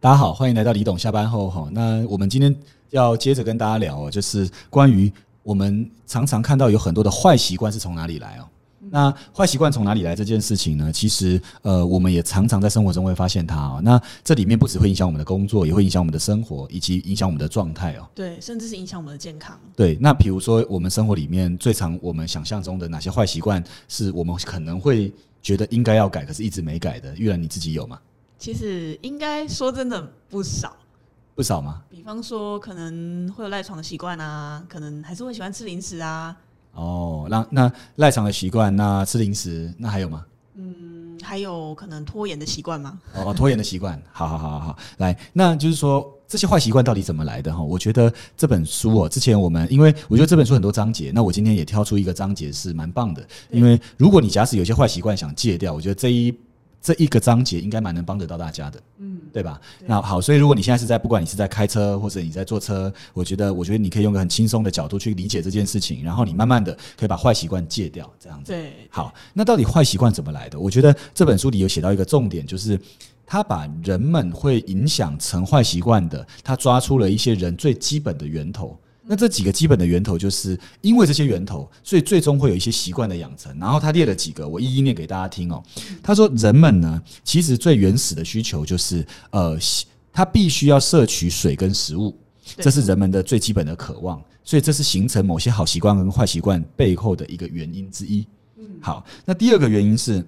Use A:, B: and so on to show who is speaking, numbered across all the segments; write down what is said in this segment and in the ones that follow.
A: 大家好，欢迎来到李董下班后哈。那我们今天要接着跟大家聊哦，就是关于我们常常看到有很多的坏习惯是从哪里来哦。那坏习惯从哪里来这件事情呢？其实呃，我们也常常在生活中会发现它哦。那这里面不只会影响我们的工作，也会影响我们的生活，以及影响我们的状态哦。
B: 对，甚至是影响我们的健康。
A: 对，那比如说我们生活里面最常我们想象中的哪些坏习惯，是我们可能会觉得应该要改，可是一直没改的？玉兰你自己有吗？
B: 其实应该说真的不少，
A: 不少吗？
B: 比方说可能会有赖床的习惯啊，可能还是会喜欢吃零食啊，
A: 哦，那那赖床的习惯，那吃零食，那还有吗？
B: 嗯，还有可能拖延的习惯吗？
A: 哦，拖延的习惯， 好好好好好，来，那就是说这些坏习惯到底怎么来的哈？我觉得这本书哦，之前我们因为我觉得这本书很多章节，那我今天也挑出一个章节是蛮棒的，因为如果你假使有些坏习惯想戒掉，我觉得这一。这一个章节应该蛮能帮得到大家的，嗯，对吧？那好，所以如果你现在是在不管你是在开车或者你在坐车，我觉得我觉得你可以用个很轻松的角度去理解这件事情，然后你慢慢的可以把坏习惯戒掉，这样子。
B: 对，
A: 好，那到底坏习惯怎么来的？我觉得这本书里有写到一个重点，就是他把人们会影响成坏习惯的，他抓出了一些人最基本的源头。那这几个基本的源头，就是因为这些源头，所以最终会有一些习惯的养成。然后他列了几个，我一一念给大家听哦。他说，人们呢，其实最原始的需求就是，呃，吸他必须要摄取水跟食物，
B: 对
A: 这是人们的最基本的渴望。所以这是形成某些好习惯跟坏习惯背后的一个原因之一。
B: 嗯
A: 好，那第二个原因是，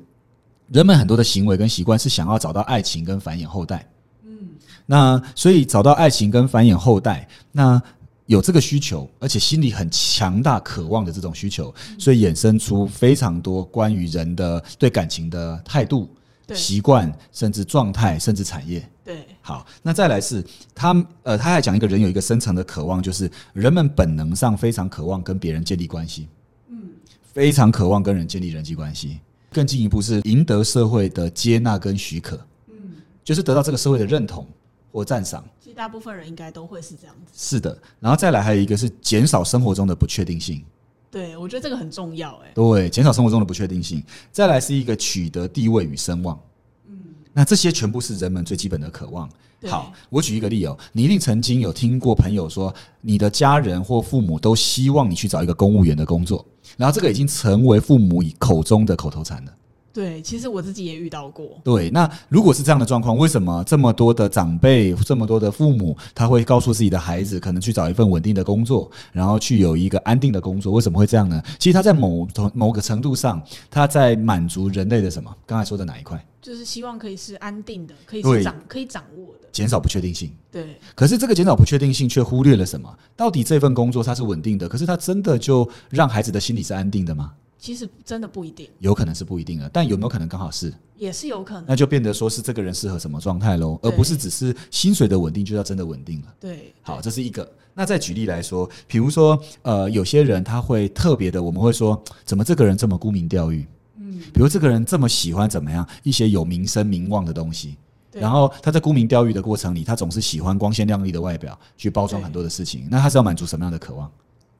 A: 人们很多的行为跟习惯是想要找到爱情跟繁衍后代。嗯，那所以找到爱情跟繁衍后代，那有这个需求，而且心里很强大渴望的这种需求，
B: 嗯
A: 所以衍生出非常多关于人的对感情的态度、
B: 对，
A: 习惯，甚至状态，甚至产业。
B: 对，
A: 好，那再来是他呃，他还讲一个人有一个深层的渴望，就是人们本能上非常渴望跟别人建立关系，嗯，非常渴望跟人建立人际关系。更进一步是赢得社会的接纳跟许可，嗯，就是得到这个社会的认同或赞赏。
B: 其实大部分人应该都会是这样子。
A: 是的，然后再来还有一个是减少生活中的不确定性，
B: 对，我觉得这个很重要、哎，
A: 对，减少生活中的不确定性。再来是一个取得地位与声望，嗯，那这些全部是人们最基本的渴望。
B: 对
A: 好，我举一个例哦，你一定曾经有听过朋友说，你的家人或父母都希望你去找一个公务员的工作，然后这个已经成为父母口中的口头禅了。
B: 对，其实我自己也遇到过。
A: 对，那如果是这样的状况，为什么这么多的长辈、这么多的父母，他会告诉自己的孩子，可能去找一份稳定的工作，然后去有一个安定的工作？为什么会这样呢？其实他在某同某个程度上，他在满足人类的什么？刚才说的哪一块？
B: 就是希望可以是安定的，可以
A: 对
B: 是掌可以掌握的，
A: 减少不确定性。
B: 对，
A: 可是这个减少不确定性却忽略了什么？到底这份工作它是稳定的，可是它真的就让孩子的心理是安定的吗？
B: 其实真的不一定，
A: 有可能是不一定的，啊但有没有可能刚好是？
B: 也是有可能，
A: 那就变得说是这个人适合什么状态喽，而
B: 对
A: 不是只是薪水的稳定就要真的稳定了。
B: 对，
A: 好，这是一个。那再举例来说，比如说，呃，有些人他会特别的，我们会说，怎么这个人这么沽名钓誉？嗯，比如这个人这么喜欢怎么样一些有名声名望的东西，
B: 对
A: 然后他在沽名钓誉的过程里，他总是喜欢光鲜亮丽的外表去包装
B: 对
A: 很多的事情。那他是要满足什么样的渴望？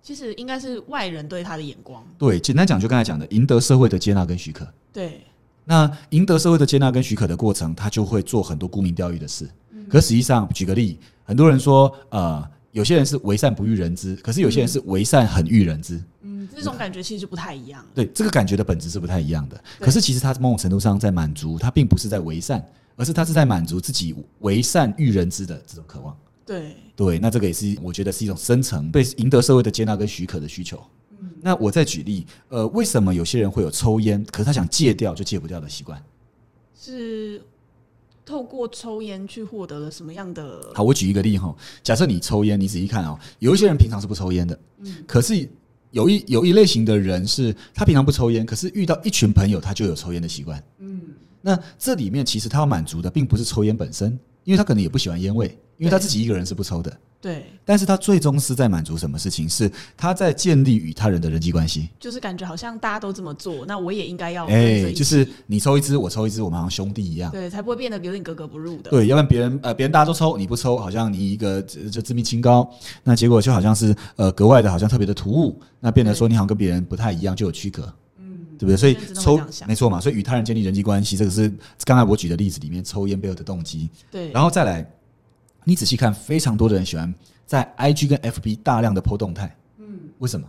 B: 其实应该是外人对他的眼光，
A: 对，简单讲，就刚才讲的，赢得社会的接纳跟许可。
B: 对，
A: 那赢得社会的接纳跟许可的过程，他就会做很多沽名钓誉的事。
B: 嗯
A: 可实际上，举个例，很多人说，呃，有些人是为善不欲人知，可是有些人是为善很欲人知。
B: 嗯，这种感觉其实就不太一样，
A: 对，这个感觉的本质是不太一样的。
B: 对
A: 可是其实他某种程度上在满足，他并不是在为善，而是他是在满足自己为善欲人知的这种渴望。
B: 对，
A: 对，那这个也是我觉得是一种深层被赢得社会的接纳跟许可的需求。那我再举例，呃，为什么有些人会有抽烟，可是他想戒掉就戒不掉的习惯？
B: 是透过抽烟去获得了什么样的？
A: 好，我举一个例哈，假设你抽烟，你仔细看哦，有一些人平常是不抽烟的，可是有一有一类型的人是他平常不抽烟，可是遇到一群朋友，他就有抽烟的习惯，嗯，那这里面其实他要满足的并不是抽烟本身，因为他可能也不喜欢烟味，因为他自己一个人是不抽的，
B: 对，
A: 但是他最终是在满足什么事情？是他在建立与他人的人际关系，
B: 就是感觉好像大家都这么做，那我也应该要跟
A: 哎、
B: 着一起
A: 就是你抽一支，我抽一支，我们好像兄弟一样。
B: 对，才不会变得有点格格不入的。
A: 对，要不然别人呃别人大家都抽，你不抽，好像你一个呃就自命清高，那结果就好像是呃格外的，好像特别的突兀，那变得说你好像跟别人不太一样，就有区隔，嗯，对不对？所以
B: 甚至都会
A: 抽
B: 这样想
A: 没错嘛，所以与他人建立人际关系，这个是刚才我举的例子里面抽烟背后的动机，
B: 对
A: 然后再来。你仔细看，非常多的人喜欢在 IG 跟 FB 大量的 PO 动态，嗯，为什么？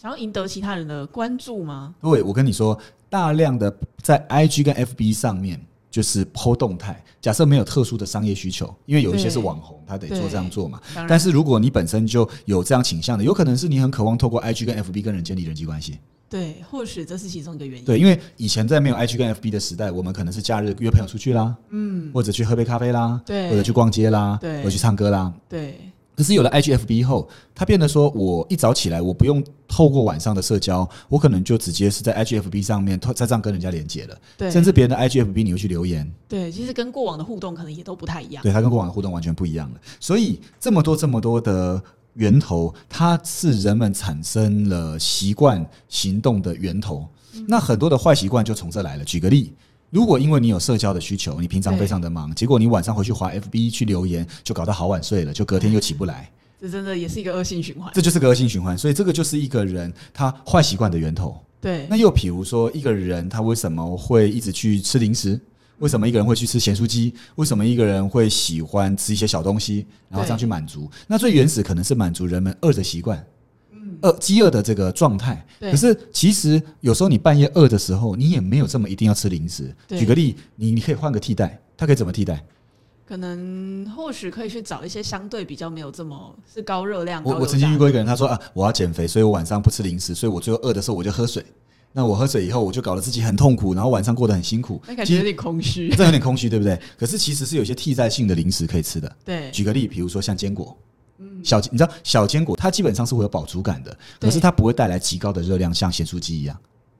B: 想要赢得其他人的关注吗？
A: 对，我跟你说，大量的在 IG 跟 FB 上面就是 PO 动态。假设没有特殊的商业需求，因为有一些是
B: 对
A: 网红，他得做
B: 对
A: 这样做嘛。
B: 当然
A: 但是如果你本身就有这样倾向的，有可能是你很渴望透过 IG 跟 FB 跟人建立人际关系。
B: 对，或许这是其中一个原因。
A: 对，因为以前在没有 IG 跟 FB 的时代，我们可能是假日约朋友出去啦，嗯，或者去喝杯咖啡啦，
B: 对
A: 或者去逛街啦，
B: 对
A: 或者去唱歌啦。
B: 对
A: 可是有了 IG、FB 后，它变得说，我一早起来，我不用透过晚上的社交，我可能就直接是在 IG、FB 上面，透在这样跟人家连接了。
B: 对，
A: 甚至别人的 IG、FB 你会去留言，
B: 对，其实跟过往的互动可能也都不太一样。
A: 对它跟过往的互动完全不一样了。所以这么多这么多的源头，它是人们产生了习惯行动的源头。那很多的坏习惯就从这来了。举个例。如果因为你有社交的需求，你平常
B: 对
A: 非常的忙，结果你晚上回去滑 FB 去留言，就搞到好晚睡了，就隔天又起不来，
B: 这真的也是一个恶性循环。
A: 这就是个恶性循环。所以这个就是一个人他坏习惯的源头。
B: 对
A: 那又比如说，一个人他为什么会一直去吃零食？为什么一个人会去吃咸酥鸡？为什么一个人会喜欢吃一些小东西，然后这样去满足？那最原始可能是满足人们饿的习惯，饿饥饿的这个状态。
B: 嗯对
A: 可是其实有时候你半夜饿的时候，你也没有这么一定要吃零食。
B: 对
A: 举个例，你你可以换个替代，它可以怎么替代？
B: 可能或许可以去找一些相对比较没有这么是高热量、高
A: 我
B: 油
A: 我曾经
B: 炸
A: 遇过一个人，他说啊，我要减肥，所以我晚上不吃零食，所以我最后饿的时候我就喝水。那我喝水以后，我就搞得自己很痛苦，然后晚上过得很辛苦。
B: 那感
A: 其
B: 觉
A: 实
B: 有点 空虚。
A: 这有点空虚，对不对？可是其实是有一些替代性的零食可以吃的。
B: 对
A: 举个例，比如说像坚果，小你知道小坚果它基本上是会有饱足感的，可是它不会带来极高的热量，像咸酥鸡一样。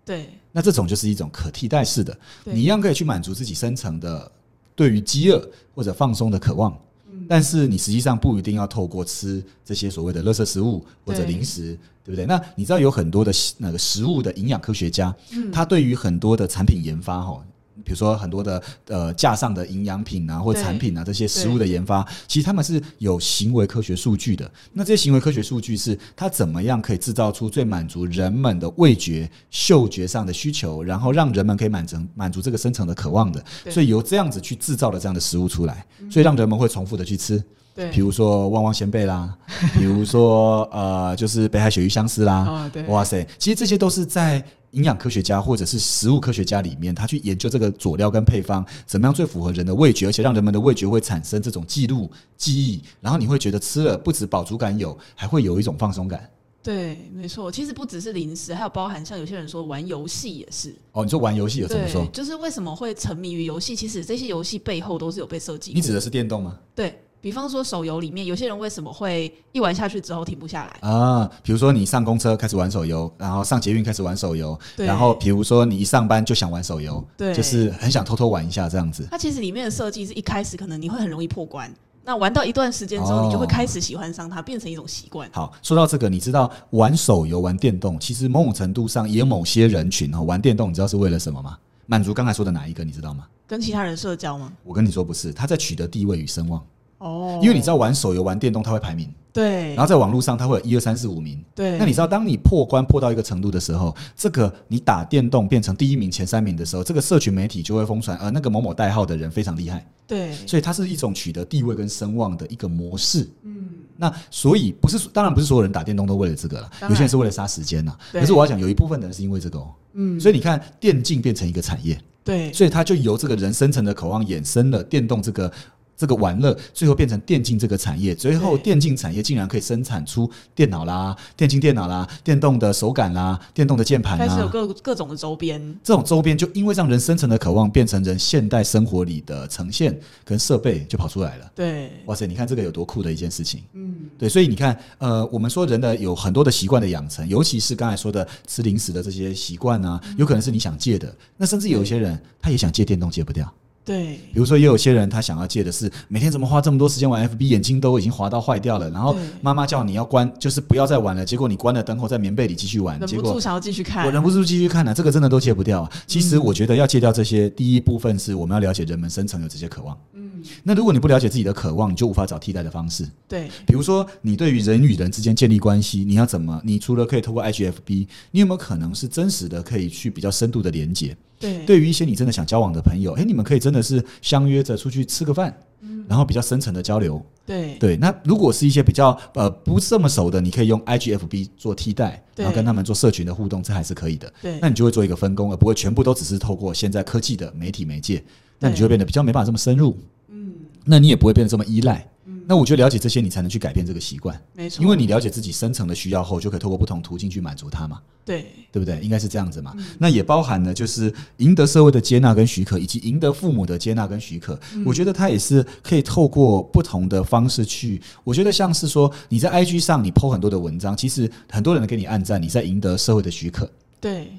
B: 对
A: 那这种就是一种可替代式的，
B: 对
A: 你一样可以去满足自己深层的对于饥饿或者放松的渴望。
B: 嗯
A: 但是你实际上不一定要透过吃这些所谓的垃圾食物或者
B: 对
A: 零食，对不对？那你知道有很多的食那个食物的营养科学家，
B: 嗯
A: 他对于很多的产品研发哈，比如说很多的呃架上的营养品啊或
B: 对
A: 产品啊这些食物的研发，其实他们是有行为科学数据的。那这些行为科学数据是它怎么样可以制造出最满足人们的味觉、嗅觉上的需求，然后让人们可以满足满足这个深层的渴望的。
B: 对嗯
A: 所以由这样子去制造了这样的食物出来，所以让人们会重复的去吃。
B: 对，
A: 比如说旺旺仙贝啦，比如说呃，就是北海鳕鱼香丝啦，
B: 哦对
A: 啊哇塞，其实这些都是在营养科学家或者是食物科学家里面，他去研究这个佐料跟配方怎么样最符合人的味觉，而且让人们的味觉会产生这种记录记忆，然后你会觉得吃了不止饱足感有，还会有一种放松感。
B: 对，没错。其实不只是零食，还有包含像有些人说玩游戏也是。
A: 哦，你说玩游戏有这么
B: 对
A: 说，？
B: 就是为什么会沉迷于游戏？其实这些游戏背后都是有被设计
A: 你
B: 过。
A: 指的是电动吗？
B: 对比方说手游里面，有些人为什么会一玩下去之后停不下来？
A: 啊，比如说你上公车开始玩手游，然后上捷运开始玩手游，
B: 对
A: 然后比如说你一上班就想玩手游，
B: 对
A: 就是很想偷偷玩一下这样子。
B: 它其实里面的设计是一开始可能你会很容易破关，那玩到一段时间之后，你就会
A: 哦
B: 开始喜欢上它，变成一种习惯。
A: 好，说到这个，你知道玩手游、玩电动，其实某种程度上也有某些人群哈、哦，玩电动你知道是为了什么吗？满足刚才说的哪一个，你知道吗？
B: 跟其他人社交吗？
A: 我跟你说不是，他在取得地位与声望，
B: 哦
A: 因为你知道玩手游、玩电动，他会排名，
B: 对
A: 然后在网络上他会有一二三四五名。
B: 对，
A: 那你知道，当你破关破到一个程度的时候，这个你打电动变成第一名、前三名的时候，这个社群媒体就会疯传，呃，那个某某代号的人非常厉害，
B: 对
A: 所以它是一种取得地位跟声望的一个模式。嗯，那所以不是，当然不是所有人打电动都为了这个了，
B: 当然
A: 有些人是为了杀时间呐。
B: 对
A: 可是我要讲，有一部分的人是因为这个哦。嗯，所以你看，电竞变成一个产业，
B: 对
A: 所以它就由这个人深层的渴望衍生了电动这个。这个玩乐最后变成电竞这个产业，最后
B: 对
A: 电竞产业竟然可以生产出电脑啦、电竞电脑啦、电动的手感啦、电动的键盘啦，啊
B: 开始有各各种的周边，
A: 这种周边就因为让人深层的渴望变成人现代生活里的呈现跟设备就跑出来了。
B: 对
A: 哇塞，你看这个有多酷的一件事情。嗯，对，所以你看，呃，我们说人的有很多的习惯的养成，尤其是刚才说的吃零食的这些习惯啊，有可能是你想戒的。那甚至有一些人他也想戒电动，戒不掉。
B: 对
A: 比如说，也有些人他想要戒的是每天怎么花这么多时间玩 FB，眼睛都已经滑到坏掉了。然后
B: 对
A: 妈妈叫你要关，就是不要再玩了。结果你关了灯后，在棉被里继续玩，
B: 忍
A: 结
B: 不
A: 果
B: 住想要继续看嗯
A: 我，忍不住继续看了、这个真的都戒不掉啊。其实我觉得要戒掉这些，第一部分是我们要了解人们深层有这些渴望。嗯，那如果你不了解自己的渴望，你就无法找替代的方式。
B: 对
A: 比如说，你对于人与人之间建立关系，你要怎么？你除了可以透过 IGFB，你有没有可能是真实的可以去比较深度的连接？
B: 对
A: 对于一些你真的想交往的朋友，诶，你们可以真的是相约着出去吃个饭，
B: 嗯
A: 然后比较深层的交流。
B: 对
A: 对，那如果是一些比较呃不这么熟的，你可以用 IGFB 做替代，
B: 对
A: 然后跟他们做社群的互动，这还是可以的。
B: 对
A: 那你就会做一个分工，而不会全部都只是透过现在科技的媒体媒介，那你就会变得比较没办法这么深入。嗯，那你也不会变得这么依赖。那我觉得了解这些，你才能去改变这个习惯，
B: 嗯没错，
A: 因为你了解自己深层的需要后，就可以透过不同途径去满足它嘛。
B: 对
A: 对不对？应该是这样子嘛。
B: 嗯
A: 那也包含了就是赢得社会的接纳跟许可，以及赢得父母的接纳跟许可。
B: 嗯
A: 我觉得他也是可以透过不同的方式去。我觉得像是说你在 IG 上你 PO 很多的文章，其实很多人给你按赞，你在赢得社会的许可。
B: 对，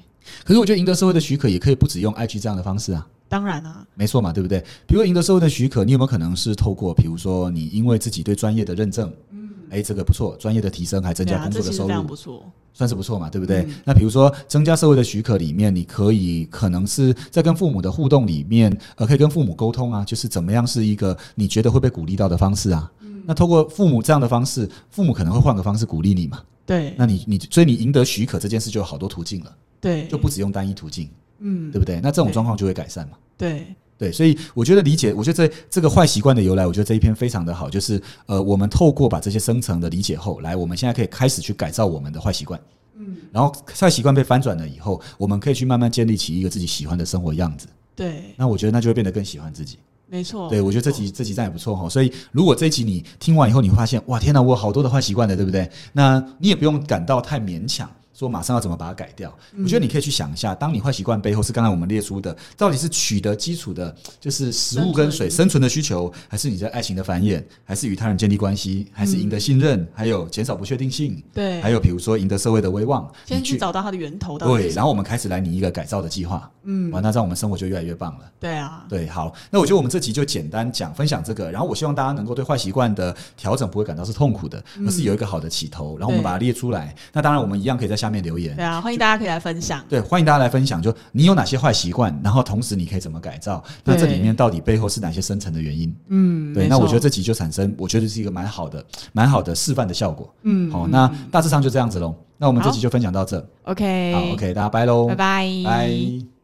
A: 可是我觉得赢得社会的许可也可以不只用 IG 这样的方式啊。
B: 当然啊，
A: 没错嘛，对不对？比如赢得社会的许可，你有没有可能是透过，比如说你因为自己对专业的认证，嗯，哎，这个不错，专业的提升还增
B: 对
A: 加
B: 啊，
A: 工
B: 这
A: 作
B: 其
A: 的
B: 实
A: 收
B: 非
A: 入
B: 常，不错，嗯
A: 算是不错嘛，对不对？那比如说增加社会的许可里面，你可以可能是在跟父母的互动里面，呃，可以跟父母沟通啊，就是怎么样是一个你觉得会被鼓励到的方式啊。
B: 嗯
A: 那透过父母这样的方式，父母可能会换个方式鼓励你嘛。
B: 对
A: 那你你所以你赢得许可这件事就有好多途径了，
B: 对，
A: 就不只用单一途径，
B: 嗯
A: 对不对？那这种
B: 对
A: 状况就会改善嘛。
B: 对
A: 对，所以我觉得理解，我觉得这这个坏习惯的由来，我觉得这一篇非常的好，就是呃，我们透过把这些深层的理解后来，我们现在可以开始去改造我们的坏习惯，嗯，然后坏习惯被翻转了以后，我们可以去慢慢建立起一个自己喜欢的生活样子。
B: 对，
A: 那我觉得那就会变得更喜欢自己。
B: 没错，
A: 对，我觉得这集这集站也不错哈。所以如果这一集你听完以后，你会发现哇，天哪，我有好多的坏习惯的，对不对？那你也不用感到太勉强。说马上要怎么把它改掉？我觉得你可以去想一下，当你坏习惯背后是刚才我们列出的，到底是取得基础的，就是食物跟水生
B: 生存
A: 存的需求，还是你在爱情的繁衍，还是与他人建立关系，还是赢得信任，还有减少不确定性，
B: 对，
A: 还有比如说赢得社会的威望，
B: 先
A: 你
B: 去
A: 去
B: 找到它的源头，到底
A: 对，
B: 是
A: 然后我们开始来拟一个改造的计划，嗯，完，那这样我们生活就越来越棒了。
B: 对啊，
A: 对，好，那我觉得我们这集就简单讲分享这个，然后我希望大家能够对坏习惯的调整不会感到是痛苦的，而是有一个好的起头，然后我们
B: 嗯对
A: 把它列出来。那当然，我们一样可以在下面留言
B: 对。啊，欢迎大家可以来分享，
A: 对，欢迎大家来分享，就你有哪些坏习惯，然后同时你可以怎么改造？那这
B: 对
A: 里面到底背后是哪些深层的原因？
B: 嗯，
A: 对，
B: 没
A: 那我
B: 错
A: 觉得这集就产生，我觉得是一个蛮好的、蛮好的示范的效果。
B: 嗯
A: 好，那大致上就这样子喽。那我们这
B: 好
A: 集就分享到这。好
B: OK，
A: ，OK，大家拜喽，
B: 拜拜，
A: 拜。